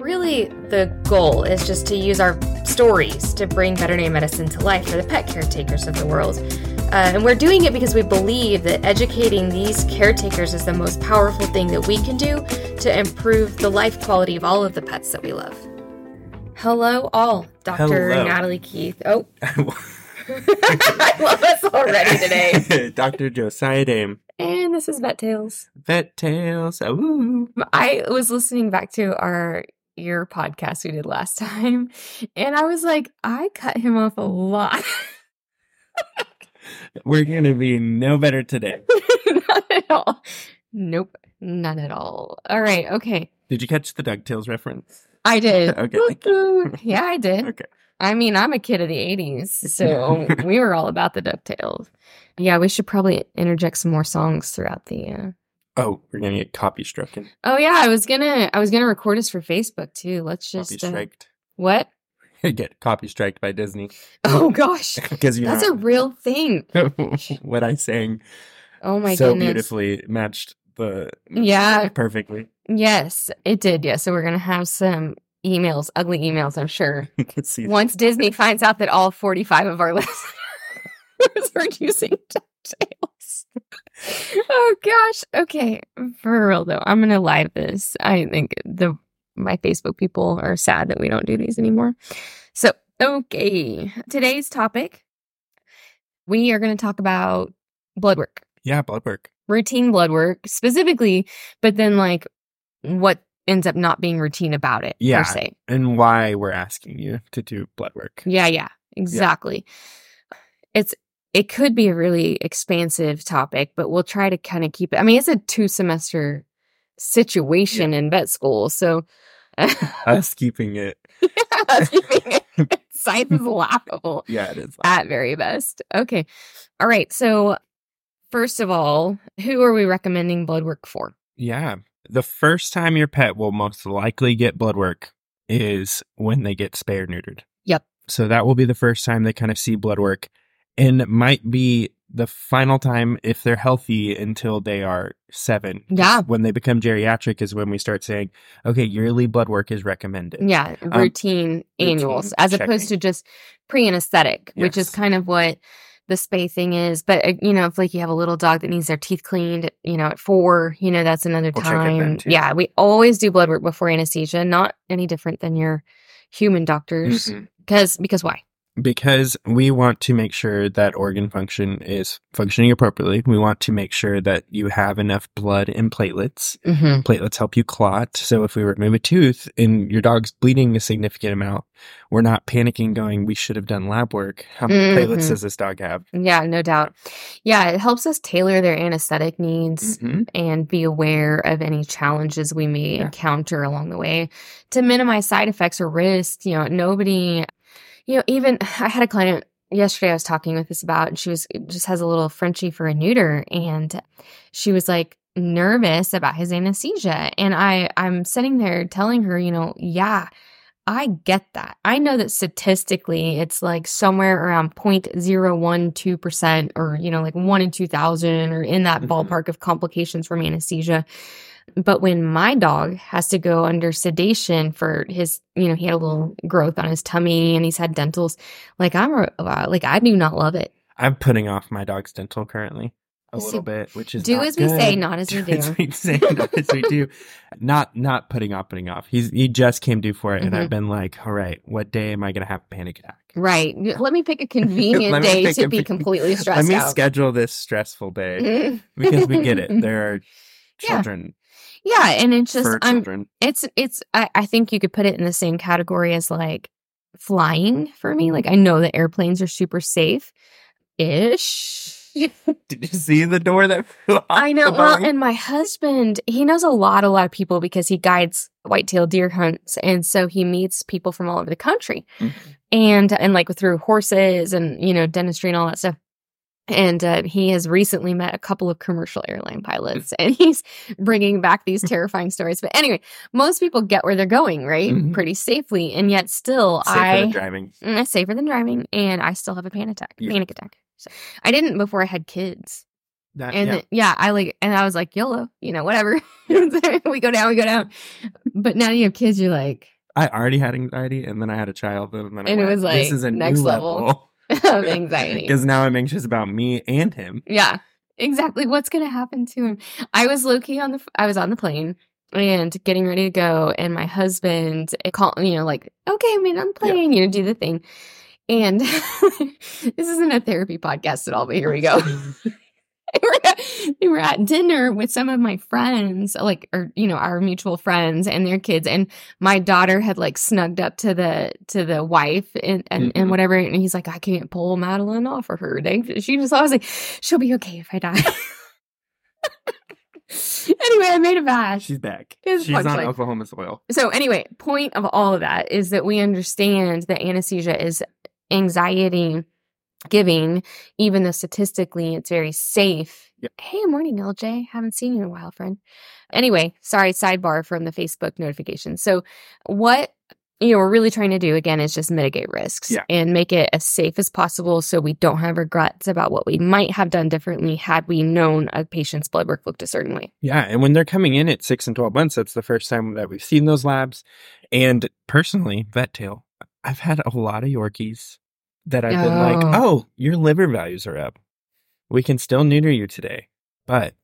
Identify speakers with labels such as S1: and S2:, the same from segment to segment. S1: really, the goal is just to use our stories to bring veterinary medicine to life for the pet caretakers of the world. Uh, and we're doing it because we believe that educating these caretakers is the most powerful thing that we can do to improve the life quality of all of the pets that we love. Hello, all. Dr.
S2: Hello.
S1: Natalie Keith. Oh, I love us already today.
S2: Dr. Josiah Dame.
S1: And this is Vet Tales.
S2: Vet Tales. Ooh.
S1: Mm-hmm. I was listening back to our ear podcast we did last time, and I was like, I cut him off a lot.
S2: We're going to be no better today.
S1: not at all. Nope, not at all. All right, okay.
S2: Did you catch the DuckTales reference?
S1: I did.
S2: Okay.
S1: Woo-hoo. Yeah, I did.
S2: Okay.
S1: I mean, I'm a kid of the 80s, so we were all about the DuckTales. Yeah, we should probably interject some more songs throughout the. Uh...
S2: Oh, we're going to get copy stricken.
S1: Oh yeah, I was gonna, I was gonna record this for Facebook too. Let's
S2: Copy
S1: just uh,
S2: striked.
S1: what?
S2: get copy striked by Disney.
S1: Oh gosh,
S2: Because you
S1: that's a real thing.
S2: know what I sang
S1: Oh my
S2: so
S1: goodness.
S2: beautifully matched the
S1: Yeah.
S2: perfectly.
S1: Yes, it did. Yes. So we're going to have some emails, ugly emails, I'm sure.
S2: Let's see.
S1: Once Disney finds out that all 45 of our listeners are using DuckTales. oh gosh. Okay. For real though, I'm going to live this. I think the my Facebook people are sad that we don't do these anymore. So, okay. Today's topic we are going to talk about blood work
S2: Yeah, blood work.
S1: routine blood work specifically, but then like what ends up not being routine about it
S2: Yeah.
S1: per se.
S2: And why we're asking you to do blood work.
S1: Yeah, yeah, exactly. It's it could be a really expansive topic, but we'll try to kind of keep it. I mean, it's a two semester situation in vet school, so
S2: Us keeping it.
S1: science is laughable.
S2: Yeah, it is.
S1: at very best. Okay. All right. So, first of all, who are we recommending blood work for?
S2: Yeah. The first time your pet will most likely get blood work is when they get spay or neutered.
S1: Yep.
S2: So that will be the first time they kind of see blood work and it might be the final time if they're healthy until they are seven.
S1: Yeah.
S2: When they become geriatric is when we start saying, okay, yearly blood work is recommended.
S1: Yeah, routine annuals
S2: Um, routine
S1: as opposed to
S2: checking.
S1: just pre anesthetic, which is
S2: Yes.
S1: kind of what the spay thing is. But, uh, you know, if like you have a little dog that needs their teeth cleaned, you know, at four, you know, that's another
S2: We'll check it then,
S1: time.
S2: too.
S1: Yeah, we always do blood work before anesthesia, not any different than your human doctors.
S2: Mhm.
S1: Because, because why?
S2: Because we want to make sure that organ function is functioning appropriately. We want to make sure that you have enough blood and platelets
S1: Mm-hmm.
S2: platelets help you clot. So if we remove a tooth and your dog's bleeding a significant amount, we're not panicking going, we should have done lab work. How many
S1: Mhm.
S2: platelets does this dog have?
S1: Yeah, no doubt. Yeah, it helps us tailor their anesthetic needs.
S2: Mm-hmm.
S1: and be aware of any challenges we may
S2: Yeah.
S1: encounter along the way to minimize side effects or risks. You know, nobody, you know, even I had a client yesterday I was talking with this about, and she was just has a little Frenchie for a neuter, and she was like nervous about his anesthesia. And I, I'm sitting there telling her, you know, yeah, I get that. I know that statistically it's like somewhere around 0.012% or, you know, like one in 2,000 or in that
S2: Mhm.
S1: ballpark of complications from anesthesia. But when my dog has to go under sedation for his, you know, he had a little growth on his tummy and he's had dentals, like I'm, a- uh, like I do not love it.
S2: I'm putting off my dog's dental currently a
S1: See,
S2: little bit, which is
S1: do
S2: not
S1: as we say,
S2: good.
S1: not as we do.
S2: as we say, not as we do. Not not putting off, putting off. He's he just came due for it, and I've been like, all right, what day am I going to have a panic attack?
S1: Mm-hmm. Right. Let me pick a
S2: Let
S1: convenient
S2: me
S1: day
S2: pick
S1: to
S2: a-
S1: be completely
S2: Let
S1: stressed
S2: me
S1: out.
S2: schedule this stressful day
S1: Mm.
S2: because we get it. There are
S1: Yeah.
S2: children
S1: yeah. And it's just,
S2: for
S1: I'm,
S2: children.
S1: it's it's I, I think you could put it in the same category as like flying for me like i know that airplanes are super safe ish
S2: Did you see the door that flew off?
S1: i know
S2: the
S1: well
S2: Boeing?
S1: and my husband he knows a lot a lot of people because he guides white-tailed deer hunts and so he meets people from all over the country
S2: Mhm.
S1: and and like through horses and you know dentistry and all that stuff and uh, he has recently met a couple of commercial airline pilots and he's bringing back these terrifying stories but anyway most people get where they're going right
S2: Mhm.
S1: pretty safely and yet still
S2: Safer
S1: i
S2: than driving.
S1: Mm, it's safer than driving and i still have a panic attack
S2: Yeah.
S1: panic attack so, i didn't before i had kids
S2: That,
S1: and
S2: Uh, yeah.
S1: then- yeah. i like and i was like yolo you know whatever we go down we go down but now you have kids you're like
S2: I already had anxiety, and then I had a child, and then I
S1: And it
S2: went,
S1: was, like,
S2: this is a
S1: next
S2: new
S1: level
S2: level
S1: of anxiety.
S2: because now I'm anxious about me and him.
S1: Yeah, exactly. What's gonna happen to him? I was low key on the. I was on the plane and getting ready to go, and my husband called. You know, like, okay, I'm in on the
S2: Yeah.
S1: plane. You know, do the thing. And this isn't a therapy podcast at all, but here we go. They were at- we were at dinner with some of my friends, like or you know our mutual friends and their kids, and my daughter had like snugged up to the to the wife and and,
S2: Mhm.
S1: and whatever, and he's like, I can't pull Madeline off of her. They, she just I was like, she'll be okay if I die. anyway, I made a bash.
S2: She's back.
S1: His
S2: She's on
S1: punchline.
S2: Oklahoma soil.
S1: So anyway, point of all of that is that we understand that anesthesia is anxiety giving, even though statistically it's very safe.
S2: Yep.
S1: Hey, morning, LJ. Haven't seen you in a while, friend. Anyway, sorry, sidebar from the Facebook notification. So what you know, we're really trying to do again is just mitigate risks
S2: Yeah.
S1: and make it as safe as possible so we don't have regrets about what we might have done differently had we known a patient's blood work looked a certain way.
S2: Yeah, and when they're coming in at six and twelve months, that's the first time that we've seen those labs. And personally, vet tail, I've had a lot of Yorkies that I've been like,
S1: Oh.
S2: "Oh, your liver values are up. We can still neuter you today, but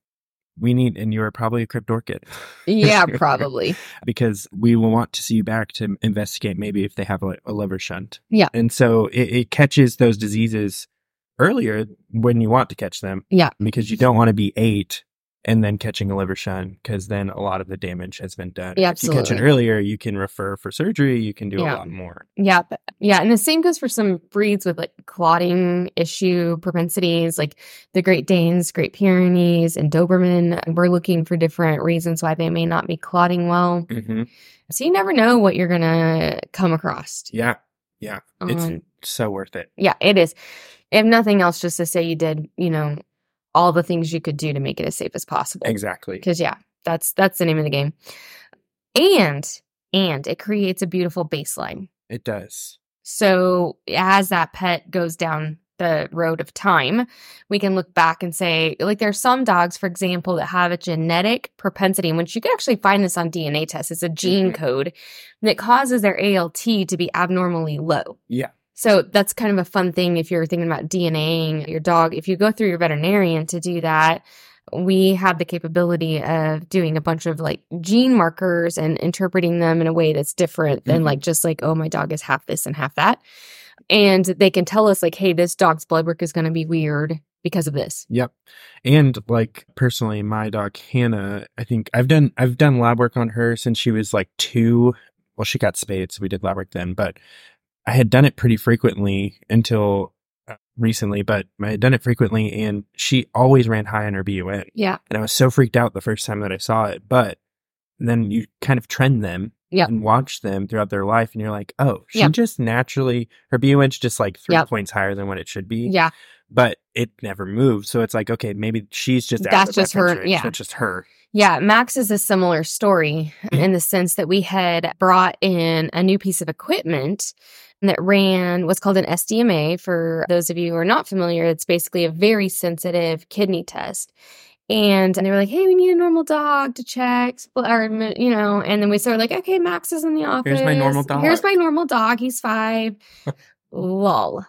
S2: we need." And you are probably a cryptorchid.
S1: Yeah, probably.
S2: because we will want to see you back to investigate maybe if they have a, a liver shunt.
S1: Yeah.
S2: And so it, it catches those diseases earlier when you want to catch them.
S1: Yeah.
S2: Because you don't want to be eight and then catching a liver shunt because then a lot of the damage has been done.
S1: Yeah,
S2: If you catch it
S1: absolutely.
S2: earlier, you can refer for surgery, you can do
S1: Yeah.
S2: a lot more.
S1: Yeah, but- yeah, and the same goes for some breeds with like clotting issue propensities, like the Great Danes, Great Pyrenees, and Doberman. We're looking for different reasons why they may not be clotting well.
S2: Mm-hmm.
S1: So you never know what you're gonna come across.
S2: Yeah. It's-
S1: on-
S2: So worth it.
S1: yeah, it is. If nothing else, just to say you did, you know, all the things you could do to make it as safe as possible.
S2: Exactly.
S1: Because yeah, that's that's the name of the game. And and it creates a beautiful baseline.
S2: It does.
S1: So as that pet goes down the road of time, we can look back and say, like, there are some dogs, for example, that have a genetic propensity, which you can actually find this on DNA tests. It's a gene
S2: Mhm.
S1: code that causes their ALT to be abnormally low.
S2: Yeah.
S1: So that's kind of a fun thing if you're thinking about DNAing your dog. If you go through your veterinarian to do that, we have the capability of doing a bunch of like gene markers and interpreting them in a way that's different than
S2: Mhm.
S1: like just like, oh, my dog is half this and half that. And they can tell us, like, hey, this dog's blood work is going to be weird because of this.
S2: Yep. And like personally, my dog Hannah, I think I've done I've done lab work on her since she was like two. Well, she got spayed, so we did lab work then, but I had done it pretty frequently until uh, recently, but I had done it frequently and she always ran high on her BUN.
S1: Yeah.
S2: And I was so freaked out the first time that I saw it. But then you kind of trend them
S1: Yeah.
S2: and watch them throughout their life and you're like, oh, she
S1: Yeah.
S2: just naturally her BUN's just like three
S1: Yep.
S2: points higher than what it should be
S1: Yeah.
S2: but it never moved. So it's like, okay, maybe she's just out of
S1: That's
S2: the
S1: just her-
S2: preference range.
S1: yeah.
S2: That's just her.
S1: Yeah, Max is a similar story
S2: Mm-hmm.
S1: in the sense that we had brought in a new piece of equipment that ran what's called an SDMA. For those of you who are not familiar, it's basically a very sensitive kidney test. And, and they were like, hey, we need a normal dog to check, spl- or, you know, and then we sort of like, okay, Max is in the office.
S2: my normal
S1: Here's
S2: dog."
S1: my normal dog. He's five. Lol.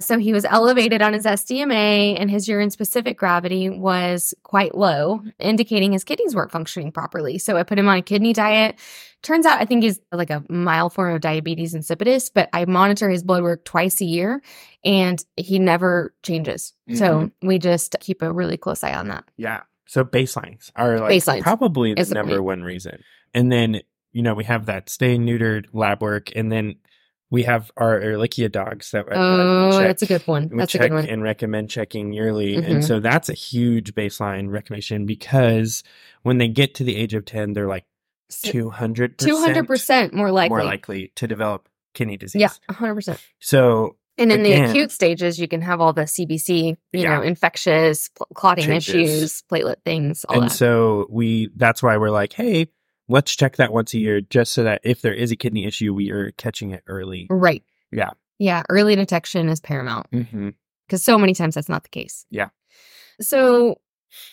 S1: So he was elevated on his SDMA, and his urine specific gravity was quite low, indicating his kidneys weren't functioning properly. So I put him on a kidney diet. Turns out I think he's like a mild form of diabetes insipidus, but I monitor his blood work twice a year and he never changes. So
S2: Mm-hmm.
S1: we just keep a really close eye on that.
S2: Yeah. So baselines are like
S1: Baselines
S2: probably the
S1: is the
S2: number
S1: point.
S2: one reason. And then, you know, we have that stay neutered lab work. And then we have our Ehrlichia dogs that I feel like
S1: oh,
S2: we check-
S1: that's a good one.
S2: we
S1: That's a
S2: check
S1: good one.
S2: and recommend checking yearly.
S1: Mhm.
S2: And so that's a huge baseline recommendation because when they get to the age of 10, they're like 200%,
S1: 200% more likely.
S2: more likely to develop kidney disease.
S1: Yeah, 100%.
S2: So
S1: And in
S2: Again.
S1: the acute stages, you can have all the CBC, you
S2: Yeah.
S1: know, infectious pl- clotting
S2: Changes.
S1: issues, platelet things, all
S2: and
S1: that.
S2: so we that's why we're like hey let's check that once a year just so that if there is a kidney issue we are catching it early
S1: right.
S2: Yeah.
S1: Yeah. Early detection is paramount
S2: mm-hmm.
S1: because so many times that's not the case.
S2: Yeah.
S1: So,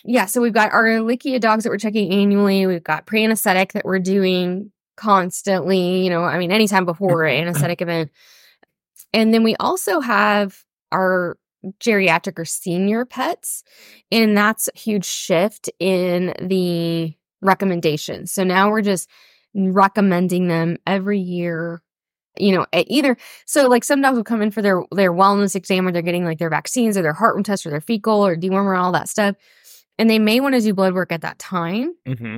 S1: yeah. So we've got our Lichia dogs that we're checking annually. We've got pre anesthetic that we're doing constantly, you know, I mean, anytime before an anesthetic event. And then we also have our geriatric or senior pets. And that's a huge shift in the recommendations. So now we're just recommending them every year. You know, at either so like some dogs will come in for their their wellness exam where they're getting like their vaccines or their heart test or their fecal or dewormer, all that stuff. And they may want to do blood work at that time.
S2: Mm-hmm.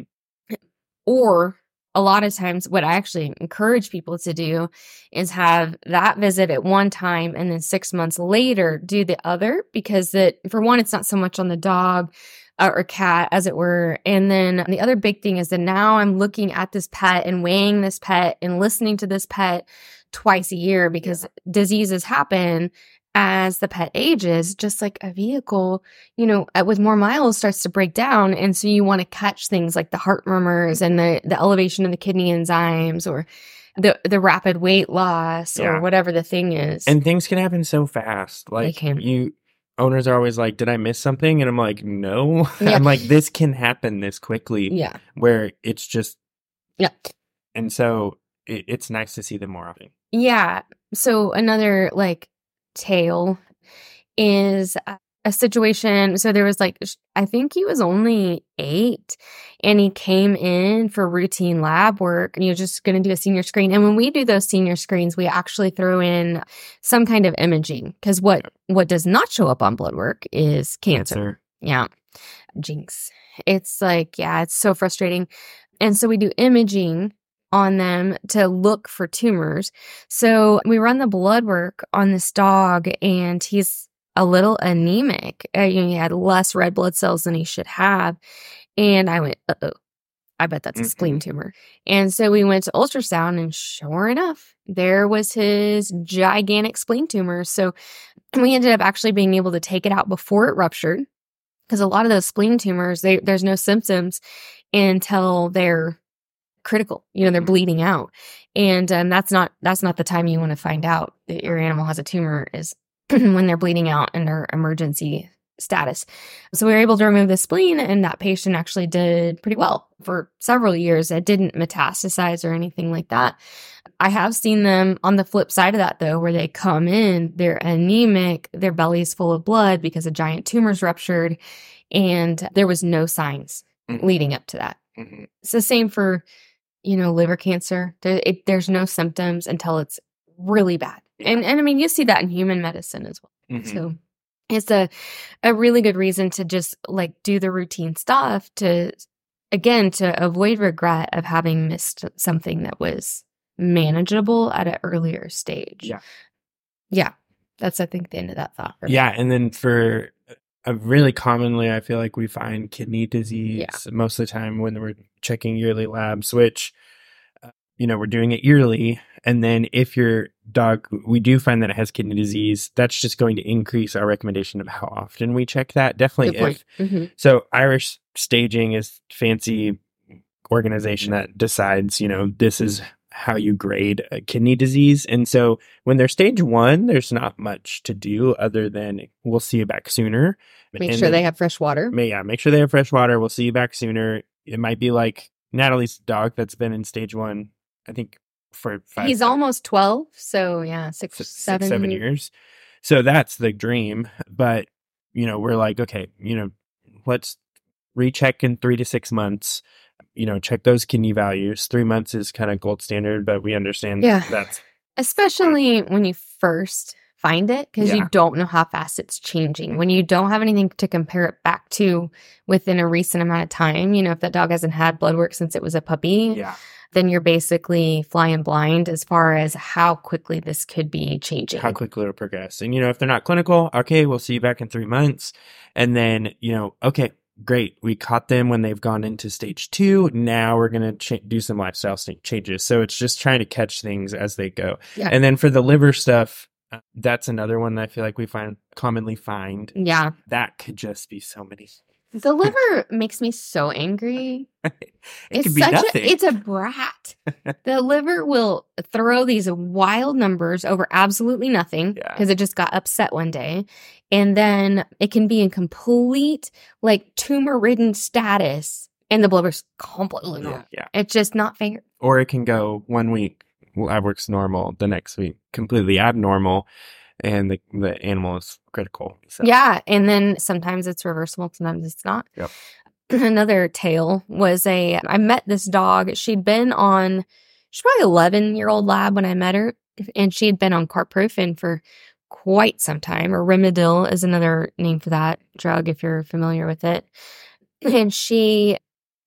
S1: Or a lot of times, what I actually encourage people to do is have that visit at one time and then six months later do the other because that, for one, it's not so much on the dog uh, or cat as it were. And then the other big thing is that now I'm looking at this pet and weighing this pet and listening to this pet twice a year because diseases happen as the pet ages, just like a vehicle, you know, uh, with more miles starts to break down. And so you want to catch things like the heart murmurs and the, the elevation of the kidney enzymes or the, the rapid weight loss
S2: Yeah.
S1: or whatever the thing is.
S2: And things can happen so fast. Like
S1: can.
S2: you owners are always like, "Did I miss something?" And I'm like, "No."
S1: Yeah.
S2: I'm like, "This can happen this quickly."
S1: yeah.
S2: Where it's just,
S1: Yeah.
S2: and so it, it's nice to see them more often.
S1: Yeah. So another like tale is uh, a situation. So there was like, sh- I think he was only eight and he came in for routine lab work and you're just going to do a senior screen. And when we do those senior screens, we actually throw in some kind of imaging because what, what does not show up on blood work is cancer. Yeah. Jinx. It's like, yeah, it's so frustrating. And so we do imaging on them to look for tumors. So we run the blood work on this dog and he's a little anemic. Uh, you know, he had less red blood cells than he should have. And I went, uh oh, I bet that's a
S2: Mhm.
S1: spleen tumor. And so we went to ultrasound and sure enough, there was his gigantic spleen tumor. So we ended up actually being able to take it out before it ruptured because a lot of those spleen tumors, they, there's no symptoms until they're critical. You know, they're
S2: Mhm.
S1: bleeding out, and um, that's not that's not the time you want to find out that your animal has a tumor is when they're bleeding out and their emergency status. So we were able to remove the spleen, and that patient actually did pretty well for several years. It didn't metastasize or anything like that. I have seen them on the flip side of that though, where they come in, they're anemic, their belly is full of blood because a giant tumor's ruptured, and there was no signs
S2: Mhm.
S1: leading up to that.
S2: Mhm.
S1: It's the same for, you know, liver cancer. There, it, there's no symptoms until it's really bad, and and I mean you see that in human medicine as well.
S2: Mhm.
S1: So it's a a really good reason to just like do the routine stuff to again to avoid regret of having missed something that was manageable at an earlier stage.
S2: Yeah.
S1: Yeah. That's I think the end of that thought. for me.
S2: Yeah, and then for uh, really commonly, I feel like we find kidney disease most of the time when we're checking yearly labs, which uh, you know we're doing it yearly. And then if your dog, we do find that it has kidney disease, that's just going to increase our recommendation of how often we check that. Definitely,
S1: Good point.
S2: if
S1: Mhm.
S2: so, Irish staging is fancy organization that decides, you know, this is how you grade a kidney disease. And so when they're stage one, there's not much to do other than we'll see you back sooner.
S1: Make
S2: And
S1: sure they
S2: then-
S1: have fresh water.
S2: ma- yeah, make sure they have fresh water. We'll see you back sooner. It might be like Natalie's dog that's been in stage one, I think for five
S1: He's almost 12, so yeah, six,
S2: six,
S1: seven,
S2: seven, seven years. So that's the dream. But, you know, we're like, okay, you know, let's recheck in three to six months, you know, check those kidney values. Three months is kind of gold standard, but we understand
S1: Yeah.
S2: that's
S1: especially when you first find it because
S2: Yeah.
S1: you don't know how fast it's changing when you don't have anything to compare it back to within a recent amount of time you know if that dog hasn't had blood work since it was a puppy
S2: yeah.
S1: then you're basically flying blind as far as how quickly this could be changing
S2: How quickly it'll progress. And you know, if they're not clinical, okay, we'll see you back in three months. And then, you know, okay, great. We caught them when they've gone into stage two. Now we're going to ch- do some lifestyle s- changes. So it's just trying to catch things as they go.
S1: Yeah.
S2: And then for the liver stuff, uh, that's another one that I feel like we find commonly find.
S1: yeah
S2: That could just be so many.
S1: the liver makes me so angry
S2: it could be
S1: such
S2: nothing.
S1: A, it's a brat. the liver will throw these wild numbers over absolutely nothing
S2: Yeah.
S1: because it just got upset one day. And then it can be in complete, like, tumor ridden status and the blubber's completely normal.
S2: Yeah. yeah.
S1: It's just not fair.
S2: Or it can go one week lab work's normal, the next week completely abnormal, and the the animal is critical. So,
S1: Yeah. And then sometimes it's reversible, sometimes it's not.
S2: Yep.
S1: Another tale was a I met this dog. She'd been on she's probably eleven year old lab when I met her, and she had been on carprofen for quite some time, or Remedil is another name for that drug if you're familiar with it. And she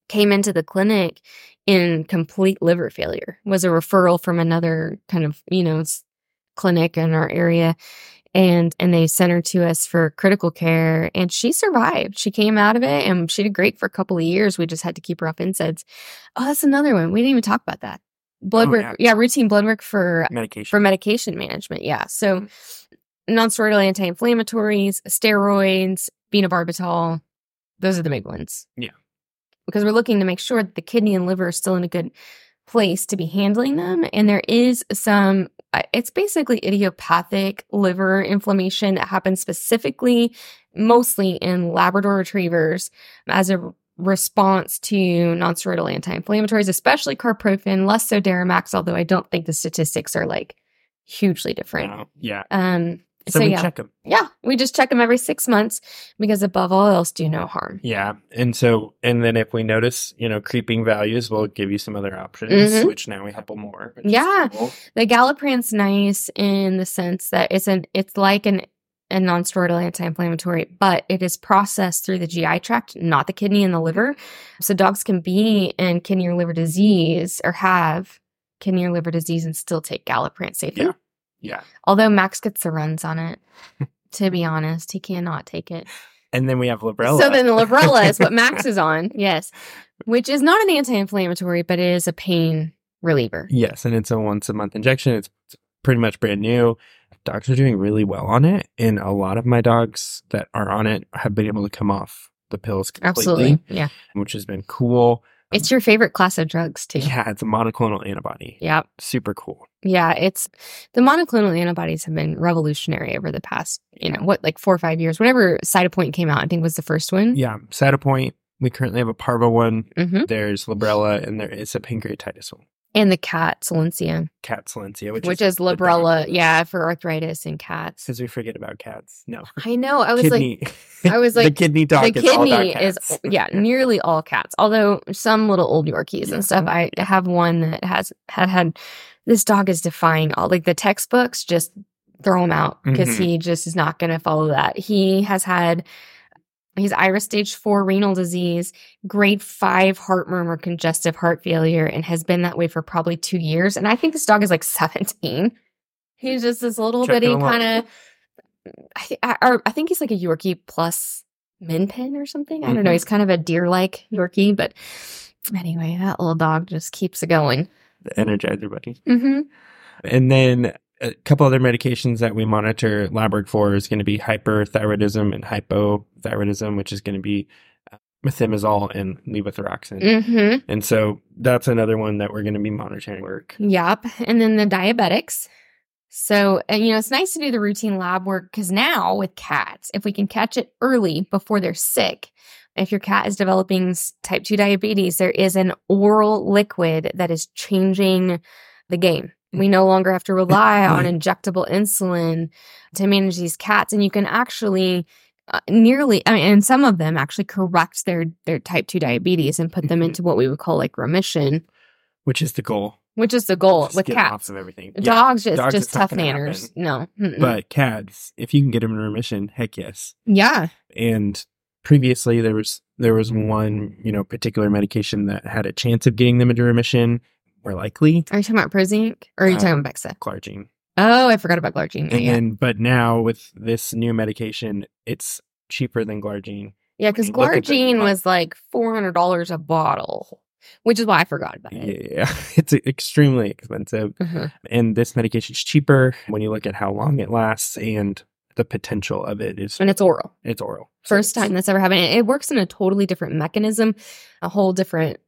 S1: came into the clinic in complete liver failure. Was a referral from another kind of, you know, s- clinic in our area and and they sent her to us for critical care and she survived she came out of it and she did great for a couple of years we just had to keep her off NSAIDs oh that's another one we didn't even talk about that blood
S2: Oh,
S1: work
S2: yeah.
S1: yeah. routine blood work for
S2: medication.
S1: for medication management yeah so nonsteroidal anti-inflammatories steroids phenobarbital those are the big ones
S2: Yeah.
S1: because we're looking to make sure that the kidney and liver are still in a good place to be handling them and there is some I- it's basically idiopathic liver inflammation that happens specifically mostly in labrador retrievers as a response to nonsteroidal anti-inflammatories especially carprofen less so deramax although i don't think the statistics are like hugely different
S2: No, Uh, yeah.
S1: um
S2: So,
S1: so,
S2: we
S1: yeah
S2: check them.
S1: yeah we just check them every six months because above all else do no harm
S2: Yeah. And so, and then if we notice, you know, creeping values, we'll give you some other options,
S1: Mhm.
S2: which now we have a couple more. which is
S1: Yeah.
S2: cool.
S1: The Galliprant's nice in the sense that it's an it's like an a nonsteroidal anti-inflammatory, but it is processed through the GI tract, not the kidney and the liver. So dogs can be in kidney or liver disease or have kidney or liver disease and still take Galliprant safely.
S2: Yeah. Yeah.
S1: Although Max gets the runs on it. to be honest, he cannot take it.
S2: And then we have Librella.
S1: So then the Librella is what Max is on. Yes. Which is not an anti-inflammatory, but it is a pain reliever.
S2: Yes, and it's a once a month injection. It's pretty much brand new. Dogs are doing really well on it, and a lot of my dogs that are on it have been able to come off the pills completely,
S1: Absolutely. Yeah.
S2: which has been cool.
S1: It's your favorite class of drugs too.
S2: Yeah, it's a monoclonal antibody.
S1: Yep.
S2: Super cool.
S1: Yeah. It's the monoclonal antibodies have been revolutionary over the past, you know, what, like four or five years. Whenever Cytopoint came out, I think was the first one.
S2: Yeah, Cytopoint. We currently have a parvo one.
S1: hmm
S2: There's Librella, and there is a pancreatitis one.
S1: And the cat, Silencia,
S2: Cat silencia, which,
S1: which, is, Librella.
S2: the dog.
S1: Yeah. For arthritis in cats.
S2: Because we forget about cats. No,
S1: I know. I was like,
S2: kidney.
S1: I was
S2: the
S1: like,
S2: kidney dog.
S1: the
S2: is all about
S1: kidney is
S2: cats.
S1: yeah nearly all cats although some little old yorkies
S2: Yeah.
S1: and stuff i have one that has had had this dog is defying all like the textbooks just throw him out because
S2: Mhm.
S1: he just is not going to follow that he has had he's iris stage 4 renal disease grade 5 heart murmur congestive heart failure and has been that way for probably 2 years and i think this dog is like 17 he's just this little
S2: Chucking
S1: bitty
S2: along.
S1: kind of I, thi- I, or I think he's like a Yorkie plus min pin or something. I don't know.
S2: Mhm.
S1: He's kind of a deer like Yorkie, but anyway, that little dog just keeps it going.
S2: the Energizer Bunny.
S1: Mm-hmm.
S2: And then a couple other medications that we monitor lab work for is going to be hyperthyroidism and hypothyroidism, which is going to be uh, methimazole and levothyroxine.
S1: Mm-hmm.
S2: And so that's another one that we're going to be monitoring work.
S1: Yep. And then the diabetics. So, and you know, it's nice to do the routine lab work because now with cats, if we can catch it early before they're sick, if your cat is developing s- type 2 diabetes, there is an oral liquid that is changing the game.
S2: Mm.
S1: We no longer have to rely on injectable insulin to manage these cats, and you can actually uh, nearly, I mean, and some of them actually correct their their type two diabetes and put them
S2: Mhm.
S1: into what we would call like remission,
S2: Which is the goal.
S1: which is the goal
S2: Just
S1: with
S2: get
S1: cats.
S2: off of everything. Yeah.
S1: Dogs just
S2: dogs,
S1: just
S2: it's not
S1: tough
S2: gonna
S1: nanners. No, Mm-mm.
S2: But cats, if you can get them in remission, heck yes.
S1: yeah,
S2: And previously there was there was one, you know, particular medication that had a chance of getting them into remission, more likely
S1: are you talking about Prozac or are you
S2: Uh,
S1: talking about Bexa?
S2: Clargine.
S1: Oh, I forgot about Glargine.
S2: And
S1: Yeah,
S2: then, but now with this new medication, it's cheaper than Glargine.
S1: yeah, because
S2: look at the-
S1: Glargine was like four hundred dollars a bottle, which is why I forgot about it.
S2: Yeah, it's extremely expensive.
S1: Mhm.
S2: And this medication is cheaper when you look at how long it lasts and the potential of it is
S1: And it's oral.
S2: it's oral. So
S1: Mm. First
S2: it's-
S1: time that's ever happened. It it works in a totally different mechanism, a whole different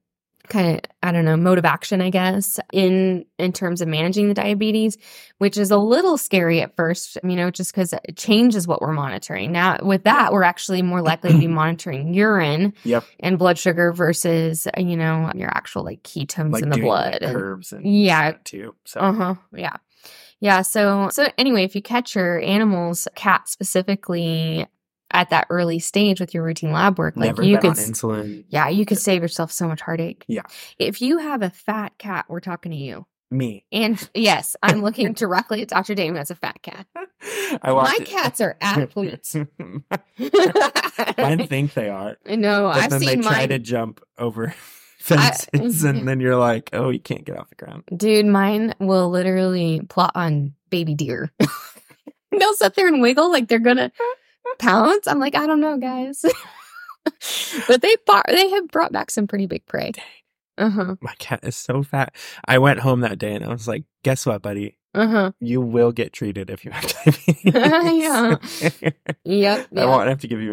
S1: kind of i don't know mode of action i guess in in terms of managing the diabetes which is a little scary at first you know just because change is what we're monitoring now with that we're actually more likely to be monitoring urine
S2: Yep.
S1: and blood sugar versus you know your actual like ketones
S2: Like
S1: in the
S2: doing,
S1: blood
S2: like,
S1: and-
S2: curves and
S1: Yeah.
S2: stuff, too. So
S1: uh-huh yeah yeah so so anyway if you catch your animals cat specifically at that early stage with your routine lab work like
S2: never
S1: you
S2: been
S1: could
S2: on insulin.
S1: yeah, you could save yourself so much heartache.
S2: Yeah.
S1: If you have a fat cat, we're talking to you.
S2: Me,
S1: And yes, I'm looking directly at Dr. Dame as a fat cat.
S2: I watched
S1: My cats are athletes.
S2: Mine think they are,
S1: no,
S2: but
S1: I've
S2: then they
S1: seen
S2: try
S1: mine.
S2: to jump over
S1: I-
S2: fences, and then you're like, "Oh, you can't get off the ground."
S1: Dude, mine will literally plot on baby deer. They'll sit there and wiggle like they're gonna pounce. I'm like, I don't know, guys. but they bar- they have brought back some pretty big prey. Uh huh.
S2: My cat is so fat. I went home that day and I was like, "Guess what, buddy?
S1: Uh huh.
S2: You will get treated if you have diabetes."
S1: Yeah. Yep.
S2: I
S1: yep.
S2: won't have to give you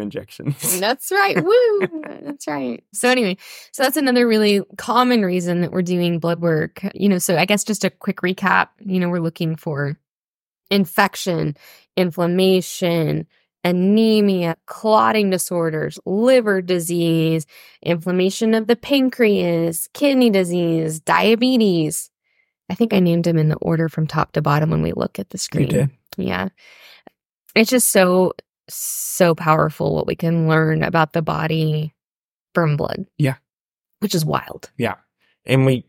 S2: injections.
S1: That's right. Woo. That's right. So anyway, so that's another really common reason that we're doing blood work. You know, so I guess just a quick recap, you know, we're looking for infection, inflammation, anemia, clotting disorders, liver disease, inflammation of the pancreas, kidney disease, diabetes. I think I named them in the order from top to bottom when we look at the screen.
S2: did.
S1: Yeah. It's just so so powerful what we can learn about the body from blood.
S2: Yeah.
S1: Which is wild.
S2: And we,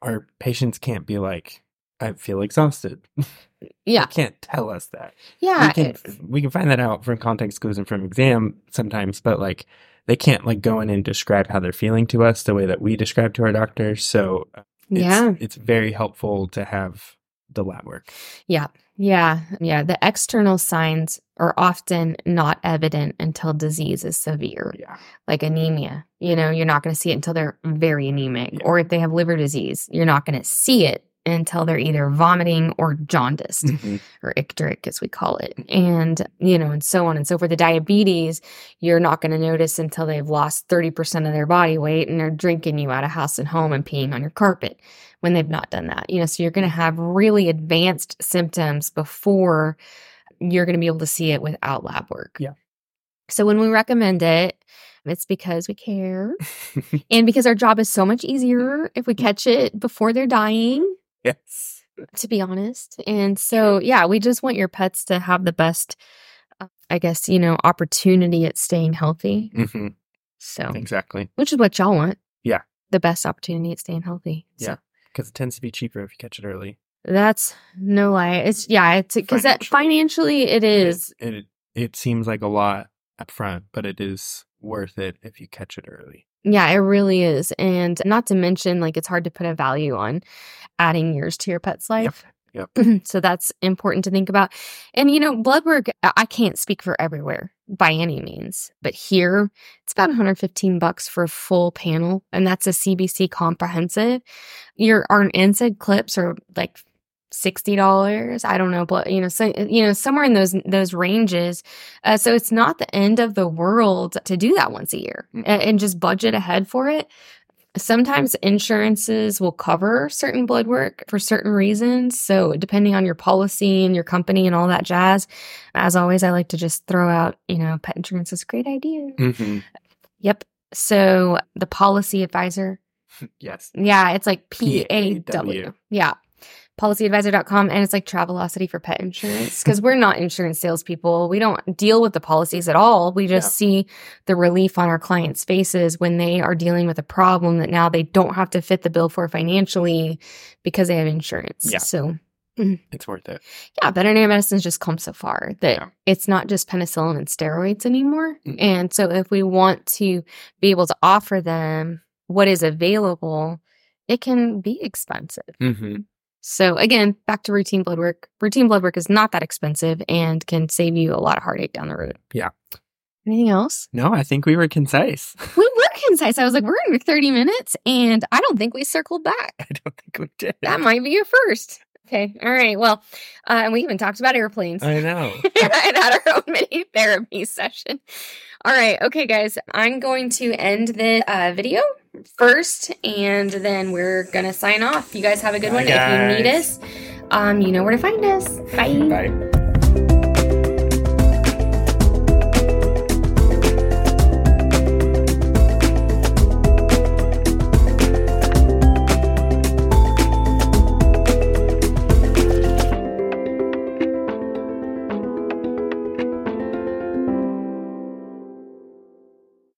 S2: our patients can't be like, "I feel exhausted."
S1: Yeah.
S2: They can't tell us that.
S1: Yeah.
S2: we can
S1: it's-
S2: we can find that out from context clues and from exam sometimes, but like they can't like go in and describe how they're feeling to us the way that we describe to our doctors. So uh, it's,
S1: yeah.
S2: it's very helpful to have the lab work.
S1: Yeah. Yeah. The external signs are often not evident until disease is severe,
S2: Yeah,
S1: like anemia. You know, you're not going to see it until they're very anemic,
S2: Yeah.
S1: or if they have liver disease, you're not going to see it until they're either vomiting or jaundiced. or icteric as we call it and you know and so on and so forth the diabetes you're not going to notice until they've lost 30% of their body weight and they're drinking you out of house and home and peeing on your carpet when they've not done that you know so you're going to have really advanced symptoms before you're going to be able to see it without lab work
S2: Yeah.
S1: so when we recommend it it's because we care and because our job is so much easier if we catch it before they're dying
S2: yes,
S1: to be honest. And so, yeah, we just want your pets to have the best, uh, I guess, you know, opportunity at staying healthy.
S2: hmm
S1: So,
S2: exactly.
S1: which is what y'all want.
S2: Yeah.
S1: The best opportunity at staying healthy. So
S2: Yeah. Because it tends to be cheaper if you catch it early.
S1: that's no lie. It's, yeah, it's because that financially it is.
S2: it, it it seems like a lot up front, but it is worth it if you catch it early.
S1: Yeah, it really is. And not to mention, like, it's hard to put a value on adding years to your pet's life.
S2: Yep,
S1: so that's important to think about. And, you know, blood work, I I can't speak for everywhere by any means, but here it's about 115 bucks for a full panel. And that's a CBC comprehensive. Your, our NSAID clips are like, Sixty dollars. I don't know, but you know, so you know, somewhere in those those ranges, uh, so it's not the end of the world to do that once a year
S2: Mm.
S1: a- and, just budget ahead for it. Sometimes insurances will cover certain blood work for certain reasons. So, depending on your policy and your company and all that jazz, as always, I like to just throw out, you know, pet insurance is a great idea.
S2: Mm-hmm.
S1: Yep. So, the policy advisor
S2: Yes.
S1: yeah, it's like P A W.
S2: P-A-W.
S1: Yeah. Policyadvisor.com. And it's like Travelocity for pet insurance because we're not insurance salespeople. We don't deal with the policies at all. We just
S2: Yeah.
S1: see the relief on our clients' faces when they are dealing with a problem that now they don't have to fit the bill for financially because they have insurance.
S2: Yeah.
S1: So,
S2: It's worth it.
S1: yeah, veterinary medicine's just come so far that
S2: Yeah.
S1: it's not just penicillin and steroids anymore.
S2: Mm.
S1: And so, if we want to be able to offer them what is available, it can be expensive.
S2: Mm-hmm.
S1: So, again, back to routine blood work. Routine blood work is not that expensive and can save you a lot of heartache down the road.
S2: Yeah.
S1: Anything else?
S2: No, I think we were concise.
S1: We were concise. I was like, we're in 30 minutes, and I don't think we circled back.
S2: I don't think we did.
S1: That might be a first. Okay. All right. Well, uh, we even talked about airplanes.
S2: I know.
S1: and had our own mini therapy session. All right, okay, guys, I'm going to end the uh, video first, and then we're going to sign off. You guys have a good
S2: Bye,
S1: one. If you need
S2: guys.
S1: us, um, you know where to find us. Bye.
S2: Bye.